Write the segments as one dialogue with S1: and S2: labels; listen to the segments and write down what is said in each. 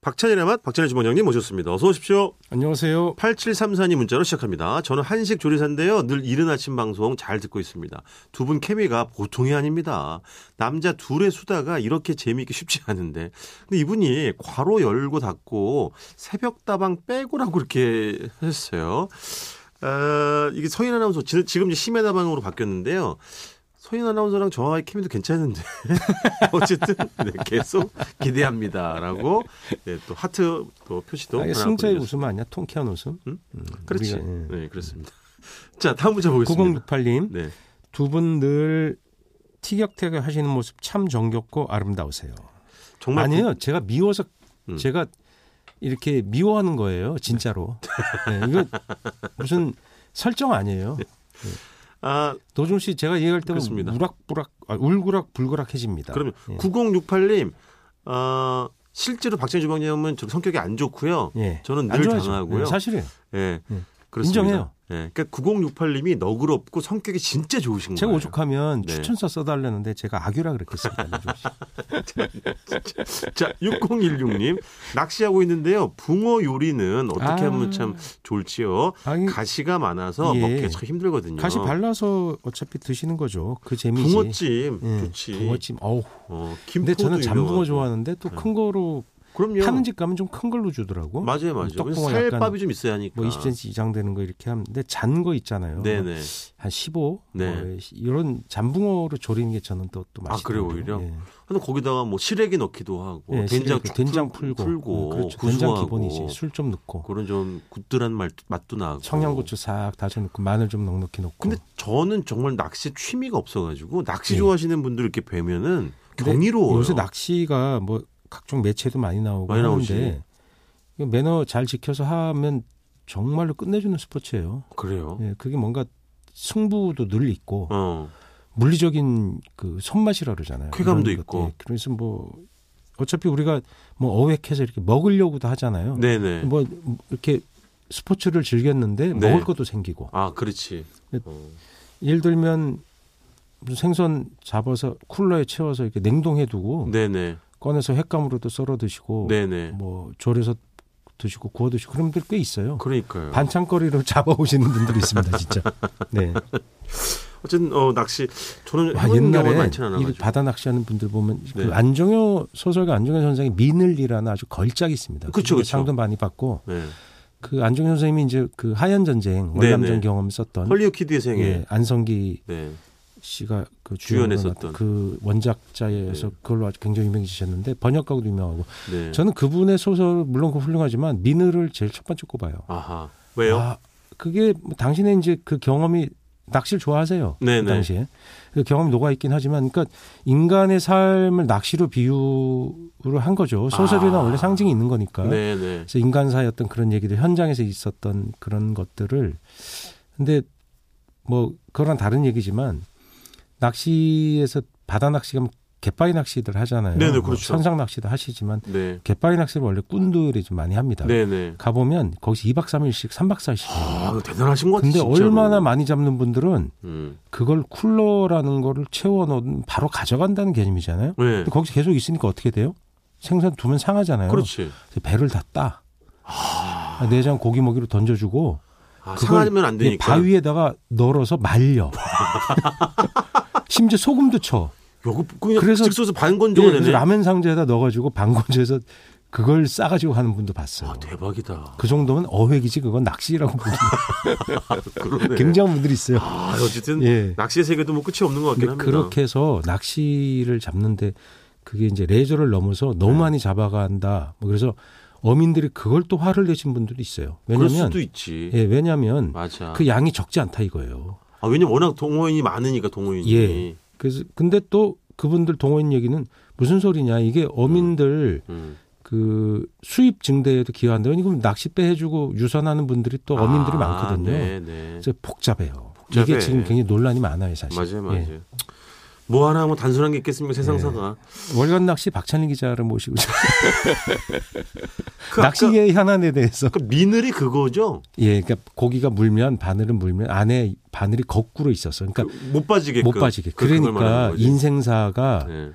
S1: 박찬일의 맛 박찬일 주방장님 모셨습니다. 어서 오십시오.
S2: 안녕하세요.
S1: 8734님 문자로 시작합니다. 저는 한식 조리사인데요. 늘 이른 아침 방송 잘 듣고 있습니다. 두 분 케미가 보통이 아닙니다. 남자 둘의 수다가 이렇게 재미있기 쉽지 않은데. 근데 이분이 괄호 열고 닫고 새벽 다방 빼고라고 이렇게 하셨어요. 어, 이게 서인 아나운서 지- 지금 이제 심야 다방으로 바뀌었는데요. 서인 아나운서랑 저와의 케미도 괜찮은데 어쨌든 네, 계속 기대합니다라고 네, 또 하트 또 표시도
S2: 아, 이게
S1: 하나
S2: 승자의
S1: 보내주셨습니다.
S2: 웃음 아니야? 통쾌한 웃음?
S1: 음? 그렇지.
S2: 우리가, 예.
S1: 네, 그렇습니다. 자, 다음 문자 보겠습니다.
S2: 9068님,
S1: 네.
S2: 두 분 늘 티격태격 하시는 모습 참 정겹고 아름다우세요.
S1: 정말 그
S2: 아니에요. 제가 미워서
S1: 음.
S2: 제가 이렇게 미워하는 거예요. 진짜로. 네, 이거 무슨 설정 아니에요.
S1: 아,
S2: 노중 씨 제가 얘기할 때면
S1: 네. 그렇습니다.
S2: 우락부락 아, 울그락 불그락해집니다.
S1: 그러면
S2: 예.
S1: 9068님. 아, 실제로 박찬희 주방장님은 좀 성격이 안 좋고요.
S2: 예.
S1: 저는
S2: 안
S1: 늘
S2: 좋아하죠.
S1: 당하고요.
S2: 네, 사실이에요.
S1: 예.
S2: 음.
S1: 그렇습니다.
S2: 인정해요.
S1: 예. 그러니까 9068님이 너그럽고 성격이 진짜 좋으신
S2: 제가
S1: 거예요.
S2: 오죽하면
S1: 네.
S2: 추천서 써달라는데 제가 악유라 그랬겠습니다. 노중 씨.
S1: 자, 6016님. 낚시하고 있는데요. 붕어 요리는 어떻게
S2: 아.
S1: 하면 참 좋을지요.
S2: 아, 이-
S1: 가시가 많아서
S2: 예.
S1: 먹기가 참 힘들거든요.
S2: 가시 발라서 어차피 드시는 거죠. 그
S1: 음.
S2: 재미지.
S1: 붕어찜
S2: 예,
S1: 좋지.
S2: 붕어찜. 어우.
S1: 어, 김포도
S2: 근데 저는 잠붕어
S1: 유명하고. 네.
S2: 좋아하는데 또 큰 거로
S1: 그럼요.
S2: 파는 집 가면 좀 큰 걸로 주더라고.
S1: 맞아요, 맞아요.
S2: 떡붕어
S1: 쌀밥이
S2: 약간
S1: 좀 있어야 하니까.
S2: 뭐 20cm 이상 되는 거 이렇게 하는데 잔 거 있잖아요.
S1: 네네.
S2: 한 15.
S1: 네.
S2: 뭐 이런 잠붕어로 졸이는 게 저는 또, 또
S1: 아,
S2: 맛있어요. 예.
S1: 그래요, 오히려? 근데 거기다가 뭐 시래기 넣기도 하고 된장 쭉
S2: 된장
S1: 풀-
S2: 풀고,
S1: 풀고
S2: 네, 그렇죠.
S1: 구수하고 그렇죠.
S2: 된장 기본이지. 술 좀 넣고
S1: 그런 좀 굿들한 말, 맛도 나고.
S2: 청양고추 싹 다져 넣고 마늘 좀 넉넉히 넣고.
S1: 근데 저는 정말 낚시 취미가 없어가지고 낚시
S2: 예.
S1: 좋아하시는 분들 이렇게 뵈면은
S2: 근데
S1: 경이로워요.
S2: 요새 낚시가 뭐 각종 매체도 많이 나오고
S1: 많이 나오지.
S2: 하는데 이거 매너 잘 지켜서 하면 정말로 끝내주는 스포츠예요.
S1: 그래요.
S2: 예, 그게 뭔가 승부도 늘 있고
S1: 어.
S2: 물리적인 그 손맛이라 그러잖아요.
S1: 쾌감도
S2: 이런 것들.
S1: 있고.
S2: 예, 그래서 뭐 어차피 우리가 뭐 어획해서 이렇게 먹으려고도 하잖아요.
S1: 네네.
S2: 뭐 이렇게 스포츠를 즐겼는데
S1: 네.
S2: 먹을 것도 생기고
S1: 아, 그렇지.
S2: 근데
S1: 어.
S2: 예를 들면 무슨 생선 잡아서 쿨러에 채워서 이렇게 냉동해두고
S1: 네네.
S2: 꺼내서 횟감으로도 썰어 드시고
S1: 네네.
S2: 뭐 졸여서 드시고 구워 드시고 그런 분들 꽤 있어요.
S1: 그러니까요.
S2: 뭐. 반찬거리로 잡아오시는 분들이 있습니다, 진짜. 네.
S1: 어쨌든 어, 낚시 저는
S2: 와,
S1: 해본 경험이
S2: 아, 옛날에
S1: 많지는
S2: 이
S1: 않아가지고.
S2: 바다 낚시하는 분들 보면
S1: 네.
S2: 그 안정효 소설가 안정효 선생의 미늘이라는 아주 걸작이 있습니다.
S1: 그쵸, 그쵸.
S2: 상도 많이 받고
S1: 네.
S2: 그 안정효 선생님이 이제 그 하얀 전쟁 월남전
S1: 네, 네.
S2: 경험 썼던
S1: 헐리우드 키드의 생애.
S2: 예, 안성기
S1: 네.
S2: 씨가 그
S1: 주연했었던.
S2: 주연했었던 그 원작자에서 그걸로 아주 굉장히 유명해지셨는데 번역가로도 유명하고
S1: 네.
S2: 저는 그분의 소설 물론 그 훌륭하지만 미늘을 제일 첫 번째 꼽아요.
S1: 아하. 왜요?
S2: 아, 그게 뭐 당신의 이제 그 경험이 낚시를 좋아하세요.
S1: 네네.
S2: 그 당시에 그 경험이 녹아 있긴 하지만, 그러니까 인간의 삶을 낚시로 비유를 한 거죠. 소설이나
S1: 아.
S2: 원래 상징이 있는 거니까.
S1: 네네.
S2: 그래서 인간사의 어떤 그런 얘기들 현장에서 있었던 그런 것들을 근데 뭐 그거랑 다른 얘기지만 낚시에서 바다 낚시 가면 뭐 갯바위 낚시들 하잖아요.
S1: 네네,
S2: 뭐
S1: 그렇죠.
S2: 선상 낚시도 하시지만
S1: 네.
S2: 갯바위 낚시를 원래 꾼들이 좀 많이 합니다.
S1: 네네.
S2: 가보면 거기서 2박 3일씩, 3박 4일씩.
S1: 아, 이거 대단하신 것 같아요.
S2: 근데
S1: 진짜로.
S2: 얼마나 많이 잡는 분들은
S1: 음.
S2: 그걸 쿨러라는 거를 채워 넣으면 바로 가져간다는 개념이잖아요.
S1: 네.
S2: 근데 거기서 계속 있으니까 어떻게 돼요? 생선 두면 상하잖아요.
S1: 그렇지.
S2: 그래서 배를 다 따. 내장 고기 먹이로 던져주고
S1: 아,
S2: 그걸
S1: 상하면 안 되니까.
S2: 바위에다가 널어서 말려. 심지어 소금도 쳐.
S1: 요거 그냥
S2: 그래서-
S1: 즉석에서 반건
S2: 예, 그래서
S1: 정도네.
S2: 라면 상자에다 넣어가지고 방건조에서 그걸 싸가지고 하는 분도 봤어요.
S1: 아, 대박이다. 아,
S2: 그 정도면 어획이지 그건 낚시라고 부르는
S1: 그러네.
S2: 굉장한 분들이 있어요.
S1: 아, 어쨌든
S2: 예.
S1: 낚시의 세계도 뭐 끝이 없는 것 같긴
S2: 근데
S1: 합니다.
S2: 그렇게 해서 낚시를 잡는데 그게 이제 레저를 넘어서
S1: 네.
S2: 너무 많이 잡아간다. 뭐 그래서 어민들이 그걸 또 화를 내신 분들이 있어요.
S1: 그럴
S2: 왜냐면
S1: 수도 있지.
S2: 예, 왜냐면
S1: 맞아.
S2: 그 양이 적지 않다 이거예요.
S1: 아, 왜냐면 워낙 동호인이 많으니까 동호인이.
S2: 예. 그래서 근데 또 그분들 동호인 얘기는 무슨 소리냐? 이게 어민들
S1: 음.
S2: 그 수입 증대에도 기여한다. 그럼 낚싯배 해주고 유선하는 분들이 또 어민들이
S1: 아,
S2: 많거든요.
S1: 네, 네.
S2: 그래서 복잡해요.
S1: 복잡해.
S2: 이게 지금 굉장히 논란이 많아요, 사실.
S1: 맞아요,
S2: 예.
S1: 맞아요. 뭐 하나 뭐 단순한 게 있겠습니까? 세상사가.
S2: 월간 낚시 박찬희 기자를 모시고
S1: 그 아까
S2: 낚시의 현안에 대해서
S1: 그 미늘이 그거죠.
S2: 예, 그러니까 고기가 물면 바늘은 물면 안에
S1: 예,
S2: 바늘이 거꾸로 있어서 그러니까
S1: 못 빠지게.
S2: 못 빠지게 그러니까 인생사가
S1: 네.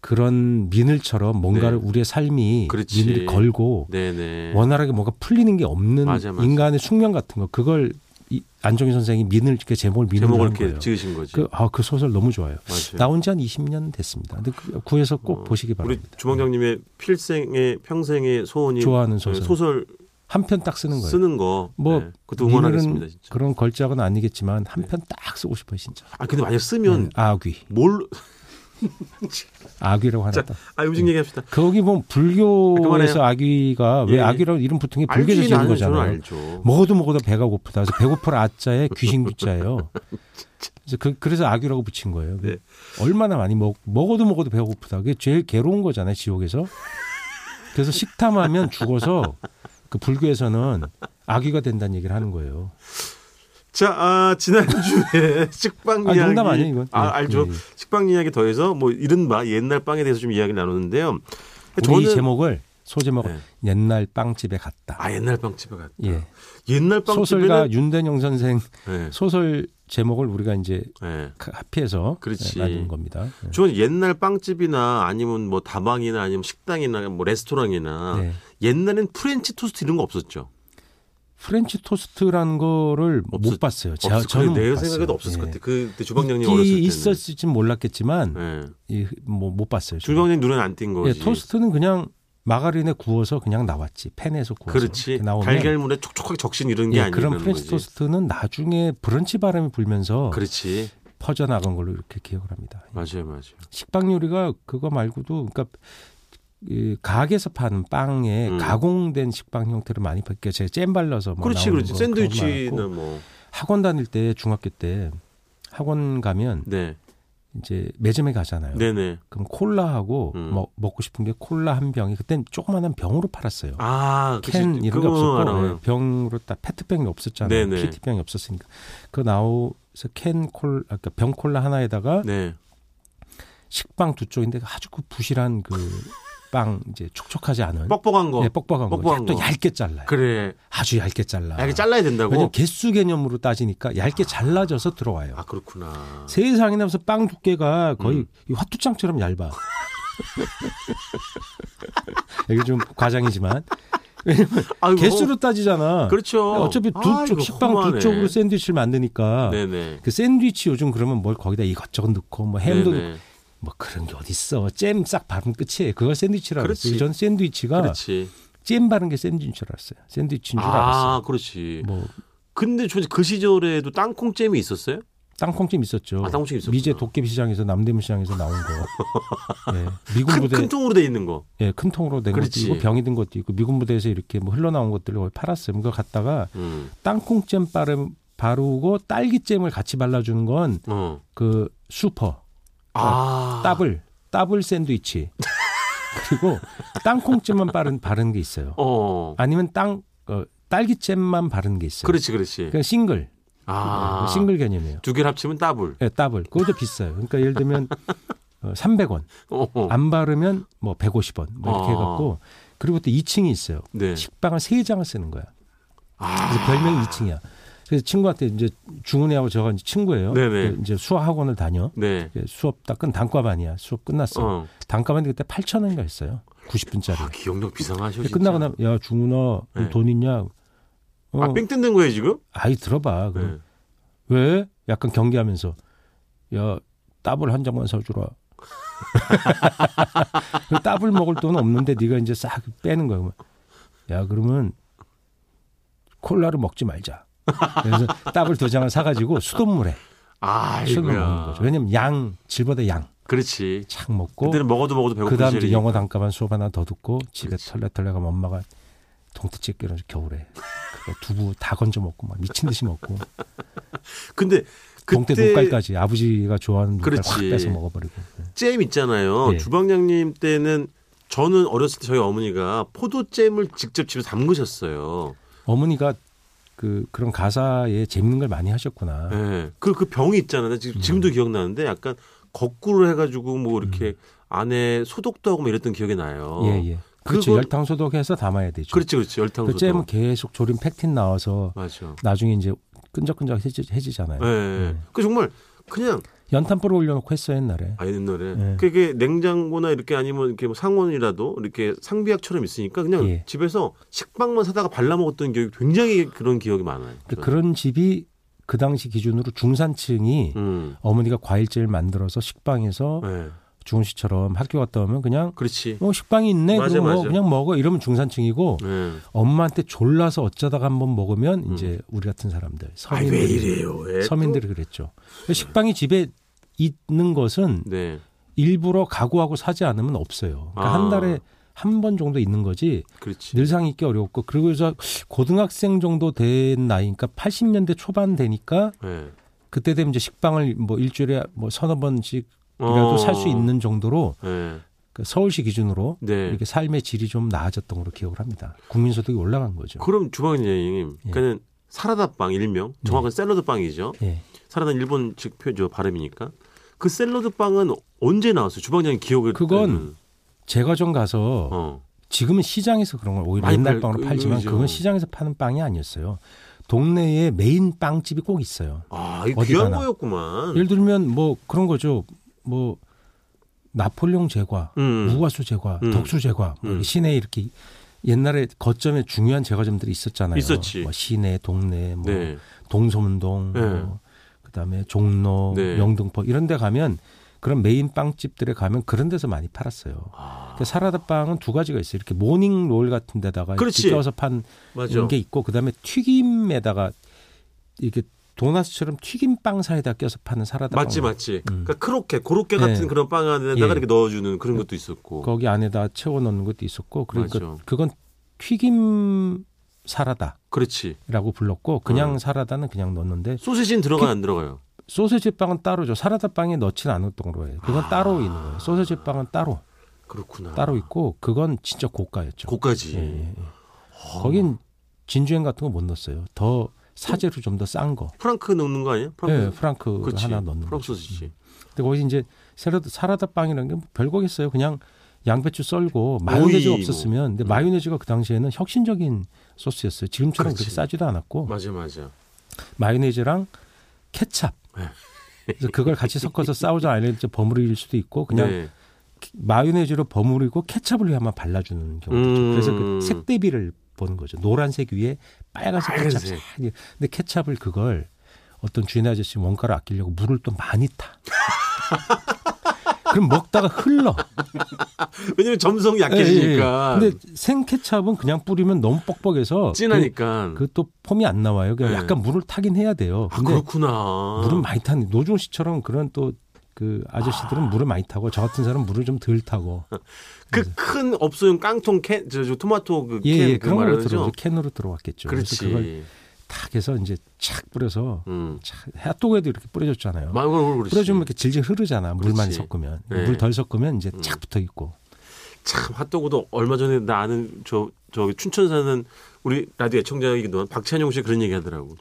S2: 그런 미늘처럼 뭔가를
S1: 네.
S2: 우리의 삶이
S1: 그렇지.
S2: 미늘이 걸고
S1: 네네.
S2: 원활하게 뭐가 풀리는 게 없는
S1: 맞아, 맞아.
S2: 인간의 숙명 같은 거 그걸 이 안종희 선생이 민을 이렇게 제목을 민을
S1: 제목을
S2: 한
S1: 이렇게
S2: 거예요.
S1: 지으신 거지.
S2: 그, 아, 그 소설 너무 좋아요.
S1: 맞아요.
S2: 나온 지 한 20년 됐습니다. 근데 그 구해서 꼭
S1: 어,
S2: 보시기
S1: 우리
S2: 바랍니다.
S1: 주방장님의 필생의 평생의 소원이
S2: 좋아하는 소설
S1: 그 소설
S2: 한 편 딱 쓰는 거예요.
S1: 쓰는 거.
S2: 뭐
S1: 네. 그것도 응원하겠습니다.
S2: 민을은
S1: 진짜.
S2: 그런 걸작은 아니겠지만 한 편 딱 쓰고 싶어요, 진짜.
S1: 아 근데 만약 쓰면
S2: 네, 아귀,
S1: 뭘?
S2: 아귀라고 하나
S1: 자,
S2: 딱.
S1: 아 음식 얘기합시다.
S2: 거기 보면
S1: 그만해요.
S2: 불교에서 아귀가 왜
S1: 예, 예.
S2: 아귀라고 이름 붙은 게 불교에서
S1: 알지
S2: 지은
S1: 나는 저는
S2: 거잖아요.
S1: 알죠.
S2: 먹어도 먹어도 배가 고프다. 그래서 배고플 아자에 귀신 귀자예요. 그래서 그, 그래서 아귀라고 붙인 거예요.
S1: 네.
S2: 얼마나 많이 먹 먹어도 먹어도 배가 고프다. 그게 제일 괴로운 거잖아요, 지옥에서. 그래서 식탐하면 죽어서 그 불교에서는 아귀가 된다는 얘기를 하는 거예요.
S1: 자, 아, 지난주에 식빵
S2: 아,
S1: 이야기.
S2: 농담 아니에요, 이건?
S1: 아,
S2: 예,
S1: 알죠.
S2: 예, 예.
S1: 식빵 이야기 더해서 뭐 이른바 옛날 빵에 대해서 좀 이야기를 나누는데요.
S2: 우리 이 제목을 소제목
S1: 네.
S2: 을 옛날 빵집에 갔다.
S1: 아, 옛날 빵집에 갔다.
S2: 예.
S1: 옛날
S2: 소설가
S1: 빵집에는
S2: 윤대영 선생
S1: 예.
S2: 소설 제목을 우리가 이제
S1: 예.
S2: 합해서
S1: 그렇지.
S2: 만든 겁니다. 예.
S1: 저는 옛날 빵집이나 아니면 뭐 다방이나 아니면 식당이나 뭐 레스토랑이나
S2: 네.
S1: 옛날엔 프렌치 토스트 이런 거 없었죠.
S2: 프렌치 토스트라는 거를
S1: 없었-
S2: 못 봤어요. 제,
S1: 없었-
S2: 저는
S1: 그래, 내
S2: 못 봤어요. 예.
S1: 생각에도 없었을 것 같아. 그때 주방장님 어렸을
S2: 있기
S1: 때는.
S2: 있었을진 몰랐겠지만
S1: 예.
S2: 이, 뭐, 못 봤어요. 저는.
S1: 주방장님 눈에는 안 띈
S2: 예,
S1: 거지.
S2: 토스트는 그냥 마가린에 구워서 그냥 나왔지 팬에서 구워서
S1: 그렇지.
S2: 뭐 이렇게 나오면
S1: 달걀물에 촉촉하게 적신 이런 게
S2: 예,
S1: 아니라는
S2: 그런 프렌치
S1: 거지.
S2: 토스트는 뭐 나중에 브런치 바람이 불면서
S1: 그렇지.
S2: 퍼져나간 걸로 이렇게 기억을 합니다. 예.
S1: 맞아요, 맞아요.
S2: 식빵 요리가 그거 말고도 그러니까 이 가게에서 파는 빵에
S1: 음.
S2: 가공된 식빵 형태를 많이 봤게 제가 잼 발라서 뭐
S1: 그렇지,
S2: 나오는
S1: 그렇지.
S2: 거 그런 거
S1: 샌드위치나
S2: 많았고.
S1: 뭐.
S2: 학원 다닐 때 중학교 때 학원 가면
S1: 네,
S2: 이제 매점에 가잖아요.
S1: 네, 네.
S2: 그럼 콜라하고
S1: 음.
S2: 뭐 먹고 싶은 게 콜라 한 병이 그땐 조그마한 병으로 팔았어요.
S1: 아, 그치.
S2: 캔 이런 게
S1: 그거
S2: 없었고
S1: 알아요.
S2: 예, 병으로 딱 페트병이 없었잖아요.
S1: 네네.
S2: PT병이 없었으니까 그 나오서 캔콜 아까 그러니까 병 콜라 하나에다가
S1: 네.
S2: 식빵 두 쪽인데 아주 그 부실한 그 빵 이제 촉촉하지 않은
S1: 뻑뻑한 거.
S2: 네, 뻑뻑한 거.
S1: 뻑뻑한
S2: 또
S1: 거.
S2: 얇게 잘라요.
S1: 그래.
S2: 아주 얇게 잘라.
S1: 아, 이게 잘라야 된다고?
S2: 왜냐면 개수 개념으로 따지니까 얇게 잘라져서 들어와요.
S1: 아, 그렇구나.
S2: 세상에 나면서 빵 두께가 거의
S1: 음.
S2: 이 화투장처럼 얇아. 여기 좀 과장이지만
S1: 아이고.
S2: 개수로 따지잖아. 네,
S1: 그렇죠.
S2: 어차피
S1: 아,
S2: 두쪽
S1: 이거
S2: 식빵
S1: 허무하네.
S2: 두 쪽으로 샌드위치를 만드니까
S1: 네네.
S2: 그 샌드위치 요즘 그러면 뭘 거기다 이것저것 넣고 뭐 햄도 넣고
S1: 네네.
S2: 뭐 그런 게 어딨어. 잼 싹 바르면 끝이에요. 그걸 샌드위치라고
S1: 그렇지.
S2: 그랬어요. 전 샌드위치가
S1: 그렇지.
S2: 잼 바른 게 샌드위치인 줄 알았어요. 샌드위치인 줄 알았어요.
S1: 아, 그렇지.
S2: 뭐
S1: 근데 저 그 시절에도 땅콩잼이 있었어요?
S2: 땅콩찜 있었죠.
S1: 아, 땅콩찜 있었구나.
S2: 미제 도깨비 시장에서 남대문 시장에서 나온 거. 네. 미군
S1: 큰,
S2: 부대
S1: 큰 통으로 돼 있는 거.
S2: 예, 큰 통으로 된 것도
S1: 그렇지.
S2: 있고 병이 든 것도 있고 미군 부대에서 이렇게 뭐 흘러나온 것들을 거의 팔았어요. 그걸 갖다가
S1: 음.
S2: 땅콩잼 바름 바르고 딸기잼을 같이 발라주는
S1: 어.
S2: 건 그 슈퍼
S1: 아.
S2: 따블 따블 샌드위치 그리고 땅콩잼만 바른 바른 게 있어요.
S1: 어.
S2: 아니면 땅 어, 딸기잼만 바른 게 있어요.
S1: 그렇지, 그렇지.
S2: 그러니까 싱글
S1: 아.
S2: 네, 싱글 개념이에요.
S1: 두 개를 합치면 따블.
S2: 예, 따블 그것도 비싸요. 그러니까 예를 들면 어, 300원
S1: 어.
S2: 안 바르면 뭐 150원 뭐 이렇게
S1: 아.
S2: 해갖고 그리고 또 2층이 있어요.
S1: 네.
S2: 식빵을 세 장을 쓰는 거야.
S1: 아.
S2: 그래서 별명이 2층이야. 그래서 친구한테 이제 중은이하고 저가 이제 친구예요.
S1: 네네.
S2: 그 이제 수학 학원을 다녀.
S1: 네.
S2: 그 수업 다 끝 단과반이야. 수업 끝났어.
S1: 어.
S2: 단과반이 그때 8천 원인가 했어요. 90분짜리.
S1: 아, 기억력 비상하셔. 진짜.
S2: 끝나고 나면 야 중은아
S1: 네.
S2: 돈 있냐? 어, 음.
S1: 아, 뺑 뜯는 거예요, 지금?
S2: 아이 들어봐. 그럼
S1: 네.
S2: 왜? 약간 경계하면서 야 따블 한 장만 사주라. 그 따블 먹을 돈 없는데 네가 이제 싹 빼는 거야. 그러면. 야 그러면 콜라를 먹지 말자. 그래서 따블 두 장을 사가지고 수돗물에
S1: 아,
S2: 술을 먹는 거죠.
S1: 이거야.
S2: 왜냐면 양 질보다 양착
S1: 그렇지.
S2: 먹고
S1: 그때는 먹어도 먹어도 배고픈
S2: 그다음 이제
S1: 시절이니까.
S2: 영어 단가반 수업 하나 더 듣고 집에
S1: 그렇지.
S2: 털레털레 가면 엄마가 동태찌개 끓여서 겨울에 그거 두부 다 건져 먹고 막 미친 듯이 먹고
S1: 근데
S2: 동태
S1: 그때
S2: 눈깔까지 아버지가 좋아하는 눈깔 확
S1: 그렇지.
S2: 빼서 먹어버리고
S1: 잼 있잖아요.
S2: 예.
S1: 주방장님 때는 저는 어렸을 때 저희 어머니가 포도잼을 직접 집에서 담그셨어요.
S2: 어머니가 그 그런 가사에 재밌는 걸 많이 하셨구나.
S1: 예. 그, 그 병이 있잖아요. 나 지금, 지금도
S2: 음.
S1: 기억나는데 약간 거꾸로 해가지고 뭐 이렇게 안에 소독도 하고 뭐 이랬던 기억이 나요.
S2: 예예. 그렇죠.
S1: 그거-
S2: 열탕 소독해서 담아야 되죠.
S1: 그렇지, 그렇지. 열탕
S2: 그
S1: 소독.
S2: 잼은 계속 조림 팩틴 나와서
S1: 맞아. 네.
S2: 나중에 이제 끈적끈적 해지, 해지잖아요.
S1: 예. 그 정말 그냥
S2: 연탄 불에 올려놓고 했어요 옛날에.
S1: 아 옛날에
S2: 네.
S1: 그게 냉장고나 이렇게 아니면 이렇게 뭐 상온이라도 이렇게 상비약처럼 있으니까 그냥
S2: 예.
S1: 집에서 식빵만 사다가 발라 먹었던 기억이 굉장히 그런 기억이 많아요.
S2: 근데 그런 집이 그 당시 기준으로 중산층이
S1: 음.
S2: 어머니가 과일제를 만들어서 식빵에서
S1: 네.
S2: 주은 씨처럼 학교 갔다 오면 그냥
S1: 그렇지.
S2: 어 식빵이 있네
S1: 맞아,
S2: 그럼 뭐
S1: 맞아.
S2: 그냥 먹어 이러면 중산층이고
S1: 네.
S2: 엄마한테 졸라서 어쩌다가 한번 먹으면 이제 우리 같은 사람들
S1: 음. 아이 왜
S2: 서민들이
S1: 이래요? 왜 또?
S2: 서민들이 그랬죠. 식빵이 집에 있는 것은
S1: 네.
S2: 일부러 가구하고 사지 않으면 없어요. 그러니까
S1: 아.
S2: 한 달에 한 번 정도 있는 거지
S1: 그렇지.
S2: 늘상 있기 어렵고 그리고 그래서 고등학생 정도 된 나이니까 80년대 초반 되니까
S1: 네.
S2: 그때 되면 이제 식빵을 뭐 일주일에 뭐 서너 번씩이라도 살 수 있는 정도로
S1: 네.
S2: 그 서울시 기준으로
S1: 어. 네.
S2: 이렇게 삶의 질이 좀 나아졌던 걸로 기억을 합니다. 국민소득이 올라간 거죠.
S1: 그럼 주방장님,
S2: 예. 네.
S1: 그는 사라다빵 일명 정확한 샐러드빵이죠.
S2: 예.
S1: 사라다는 일본식 표죠 발음이니까. 그 샐러드빵은 언제 나왔어요? 주방장님 기억을
S2: 그건
S1: 때는.
S2: 제과점 가서
S1: 어.
S2: 지금은 시장에서 그런 걸 오히려
S1: 많이
S2: 옛날
S1: 팔-
S2: 빵으로
S1: 그-
S2: 팔지만
S1: 그죠.
S2: 그건 시장에서 파는 빵이 아니었어요. 동네에 메인 빵집이 꼭 있어요.
S1: 아, 이거
S2: 어디
S1: 귀한
S2: 가나.
S1: 거였구만.
S2: 예를 들면 뭐 그런 거죠. 뭐 나폴레옹 제과,
S1: 음.
S2: 우과수 제과,
S1: 음.
S2: 덕수 제과, 뭐
S1: 음.
S2: 시내에 이렇게 옛날에 거점에 중요한 제과점들이 있었잖아요.
S1: 있었지.
S2: 뭐 시내, 동네, 뭐
S1: 네.
S2: 동서문동,
S1: 네.
S2: 뭐 그다음에 종로,
S1: 네.
S2: 영등포 이런 데 가면 그런 메인 빵집들에 가면 그런 데서 많이 팔았어요.
S1: 아,
S2: 그러니까 사라다 빵은 두 가지가 있어요. 이렇게 모닝 롤 같은 데다가
S1: 그렇지.
S2: 빚겨서 판
S1: 맞아.
S2: 게 있고 그다음에 튀김에다가 이렇게 도넛처럼 튀김빵 사이에다 껴서 파는 사라다
S1: 맞지
S2: 빵. 음.
S1: 맞지. 그러니까 크로켓, 고로케 같은
S2: 네.
S1: 그런 빵 안에다가
S2: 예.
S1: 이렇게 넣어주는 그런 것도 있었고.
S2: 거기 안에다 채워 넣는 것도 있었고 그러니까
S1: 맞아.
S2: 그건 튀김 사라다라고
S1: 그렇지.
S2: 불렀고 그냥
S1: 음.
S2: 사라다는 그냥 넣었는데
S1: 소시지는
S2: 그
S1: 들어가 요안 들어가요?
S2: 소세지 빵은 따로죠. 사라다 빵에 넣진 않았던 거로 해요.
S1: 아.
S2: 그건 따로 있는 거예요. 소세지 빵은 따로
S1: 그렇구나.
S2: 따로 있고 그건 진짜 고가였죠.
S1: 고까지.
S2: 예, 예, 예.
S1: 아,
S2: 거긴 진주행 같은 거 못 넣었어요. 더 사재로 좀 더 싼 거.
S1: 프랑크 넣는 거 아니야?
S2: 예,
S1: 프랑크.
S2: 프랑크
S1: 그렇지.
S2: 하나 넣는 음. 거.
S1: 프랑크 소시지.
S2: 근데 거기 이제 사라다, 사라다 빵이라는 게뭐 별거겠어요. 그냥 양배추 썰고 마요네즈 가
S1: 오이,
S2: 없었으면 근데
S1: 음.
S2: 마요네즈가 그 당시에는 혁신적인 소스였어요. 지금처럼 그렇게
S1: 그렇지.
S2: 싸지도 않았고
S1: 맞아 맞아.
S2: 마요네즈랑 케찹.
S1: 네.
S2: 그래서 그걸 같이 섞어서 싸우자 아니면 이제 버무릴 수도 있고 그냥
S1: 네.
S2: 마요네즈로 버무리고 케찹을 위에 한번 발라주는 경우도
S1: 음.
S2: 있죠. 그래서 그 색대비를 보는 거죠. 노란색 위에 빨간색 케찹.
S1: 빨간색.
S2: 싹. 근데 케찹을 그걸 어떤 주인 아저씨 원가를 아끼려고 물을 또 많이 타. 그럼 먹다가 흘러.
S1: 왜냐면 점성 약해지니까.
S2: 예, 예. 근데 생 케찹은 그냥 뿌리면 너무 뻑뻑해서
S1: 진하니까.
S2: 그 또 폼이 안 나와요. 그냥
S1: 예.
S2: 약간 물을 타긴 해야 돼요.
S1: 아,
S2: 근데
S1: 그렇구나.
S2: 물은 많이 타는 노종 씨처럼 그런 또 그 아저씨들은 물을 많이 타고 저 같은 사람은 물을 좀 덜 타고
S1: 그 큰 업소용 깡통 캔, 저, 저 토마토 그 캔,
S2: 예, 예
S1: 그
S2: 그런 걸로
S1: 말하는
S2: 들어
S1: 거죠?
S2: 캔으로 들어왔겠죠.
S1: 그렇지.
S2: 래서 그걸 탁 해서 이제 착 뿌려서
S1: 음.
S2: 착, 핫도그에도 이렇게 뿌려줬잖아요.
S1: 망고를 그렇지.
S2: 뿌려주면 이렇게 질질 흐르잖아. 물 많이
S1: 그렇지.
S2: 섞으면
S1: 네.
S2: 물 덜 섞으면 이제 착 붙어 있고.
S1: 참 핫도그도 얼마 전에 나 아는 저 저기 춘천 사는 우리 라디오 애청자이기도 한 박찬용 씨 그런 얘기 하더라고.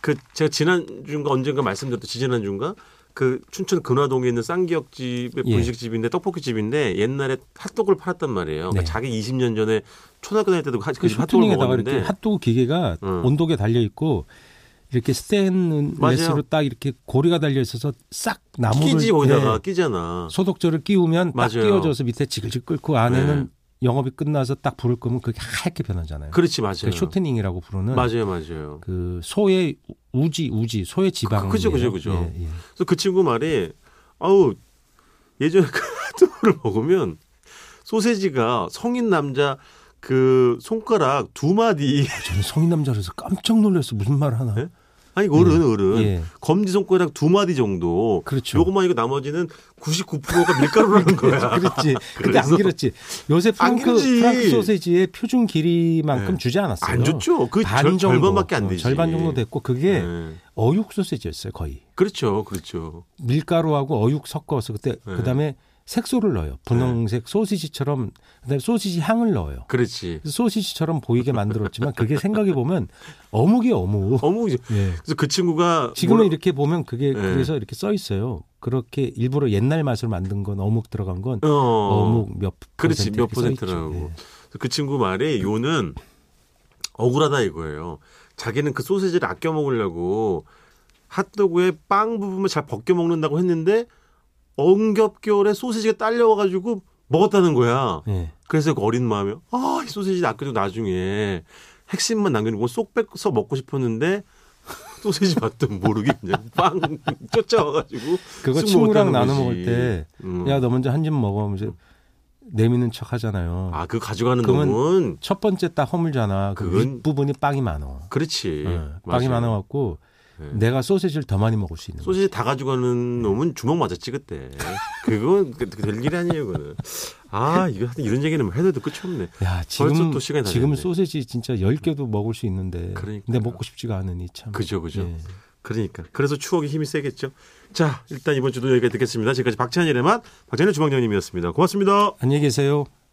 S1: 그 제가 지난 주인가 언젠가 말씀드렸던 지지난 주인가 그 춘천 근화동에 있는 쌍기역 집의
S2: 예.
S1: 분식 집인데 떡볶이 집인데 옛날에 핫도그를 팔았단 말이에요. 그러니까
S2: 네.
S1: 자기 20년 전에 초등학교 다닐 때도
S2: 그
S1: 그집 핫도그를
S2: 쇼트닝에다가 이렇게
S1: 먹었는데
S2: 핫도그 기계가
S1: 음.
S2: 온도계 달려 있고 이렇게 스테인레스로
S1: 맞아요.
S2: 딱 이렇게 고리가 달려 있어서 싹 나무를
S1: 끼지 거기다가
S2: 네,
S1: 끼잖아.
S2: 소독제를 끼우면 딱
S1: 맞아요.
S2: 끼워져서 밑에 지글지글 끓고 안에는
S1: 네.
S2: 영업이 끝나서 딱 부를 거면 그게 하얗게 변하잖아요.
S1: 그렇지 맞아요.
S2: 그 쇼트닝이라고 부르는
S1: 맞아요 맞아요.
S2: 그 소의 우지 우지 소의 지방
S1: 그- 그죠, 그죠, 그죠.
S2: 예, 예.
S1: 그래서 그 친구 말이 아우 예전에 그 핫도그를 먹으면 소세지가 성인 남자 그 손가락 두 마디
S2: 저는 성인 남자라서 깜짝 놀랐어 무슨 말 하나
S1: 네? 아니 어른 어른
S2: 예.
S1: 검지 손가락 두 마디 정도
S2: 그렇죠.
S1: 요것만 이고 나머지는 99%가 밀가루라는 거야.
S2: 그렇지 근데
S1: 그래서-
S2: 안 길었지 요새 프랑크,
S1: 길지.
S2: 프랑크 소세지의 표준 길이만큼
S1: 네.
S2: 주지 않았어요
S1: 안 좋죠. 그
S2: 반
S1: 절,
S2: 정도,
S1: 절반밖에 안
S2: 어,
S1: 되지.
S2: 절반 정도 됐고 예. 그게
S1: 네.
S2: 어육 소세지였어요 거의
S1: 그렇죠, 그렇죠.
S2: 밀가루하고 어육 섞어서 그때
S1: 네.
S2: 그다음에 색소를 넣어요 분홍색 소시지처럼 그다음에 소시지 향을 넣어요
S1: 그렇지.
S2: 소시지처럼 보이게 만들었지만 그게 생각해 보면 어묵이 어묵
S1: 어묵 이제
S2: 예.
S1: 그래서 그 친구가
S2: 지금은
S1: 뭐라-
S2: 이렇게 보면 그게
S1: 네.
S2: 그래서 이렇게 써 있어요. 그렇게 일부러 옛날 맛을 만든 건 어묵 들어간 건
S1: 어.
S2: 어. 묵몇
S1: 그렇지 몇
S2: 이렇게 써 있죠.
S1: 퍼센트라고
S2: 예.
S1: 그 친구 말이 요는 억울하다 이거예요 자기는 그 소세지를 아껴 먹으려고 핫도그의 빵 부분을 잘 벗겨 먹는다고 했는데 엉겹결에 소시지가 딸려와가지고 먹었다는 거야.
S2: 예.
S1: 그래서 그 어린 마음에 아, 이 소시지 아껴도 나중에 핵심만 남겨놓고 쏙 빼서 먹고 싶었는데 소시지 맛도 모르게 그냥 빵 쫓아와가지고
S2: 그거
S1: 쑥
S2: 친구랑
S1: 먹었다는
S2: 나눠
S1: 거지.
S2: 먹을 때
S1: 음.
S2: 야 너 먼저 한 입 먹어 하면서 내미는 척 하잖아요.
S1: 아, 그 가져가는
S2: 그건-
S1: 놈은
S2: 첫 번째 딱 허물잖아. 그
S1: 그건-
S2: 윗부분이 빵이 많어.
S1: 그렇지.
S2: 예,
S1: 맞아요.
S2: 빵이 많아 갖고
S1: 예.
S2: 내가 소세지를 더 많이 먹을 수 있는 거야.
S1: 소시지 다 가져가는 놈은 주먹 맞았지 그때. 그건 그- 그될 일이 아니에요, 그거는. 아, 이거 하여튼 이런 얘기는 해도 끝이 없네.
S2: 야,
S1: 벌써
S2: 지금
S1: 또 시간이 다
S2: 지금
S1: 됐네.
S2: 소세지 진짜 10개도 먹을 수 있는데
S1: 그러니까요.
S2: 근데 먹고 싶지가 않으니 참.
S1: 그죠, 그죠.
S2: 예.
S1: 그러니까. 그래서 추억이 힘이 세겠죠. 자, 일단 이번 주도 여기까지 듣겠습니다. 지금까지 박찬일의 맛, 박찬일 주방장님이었습니다. 고맙습니다.
S2: 안녕히 계세요.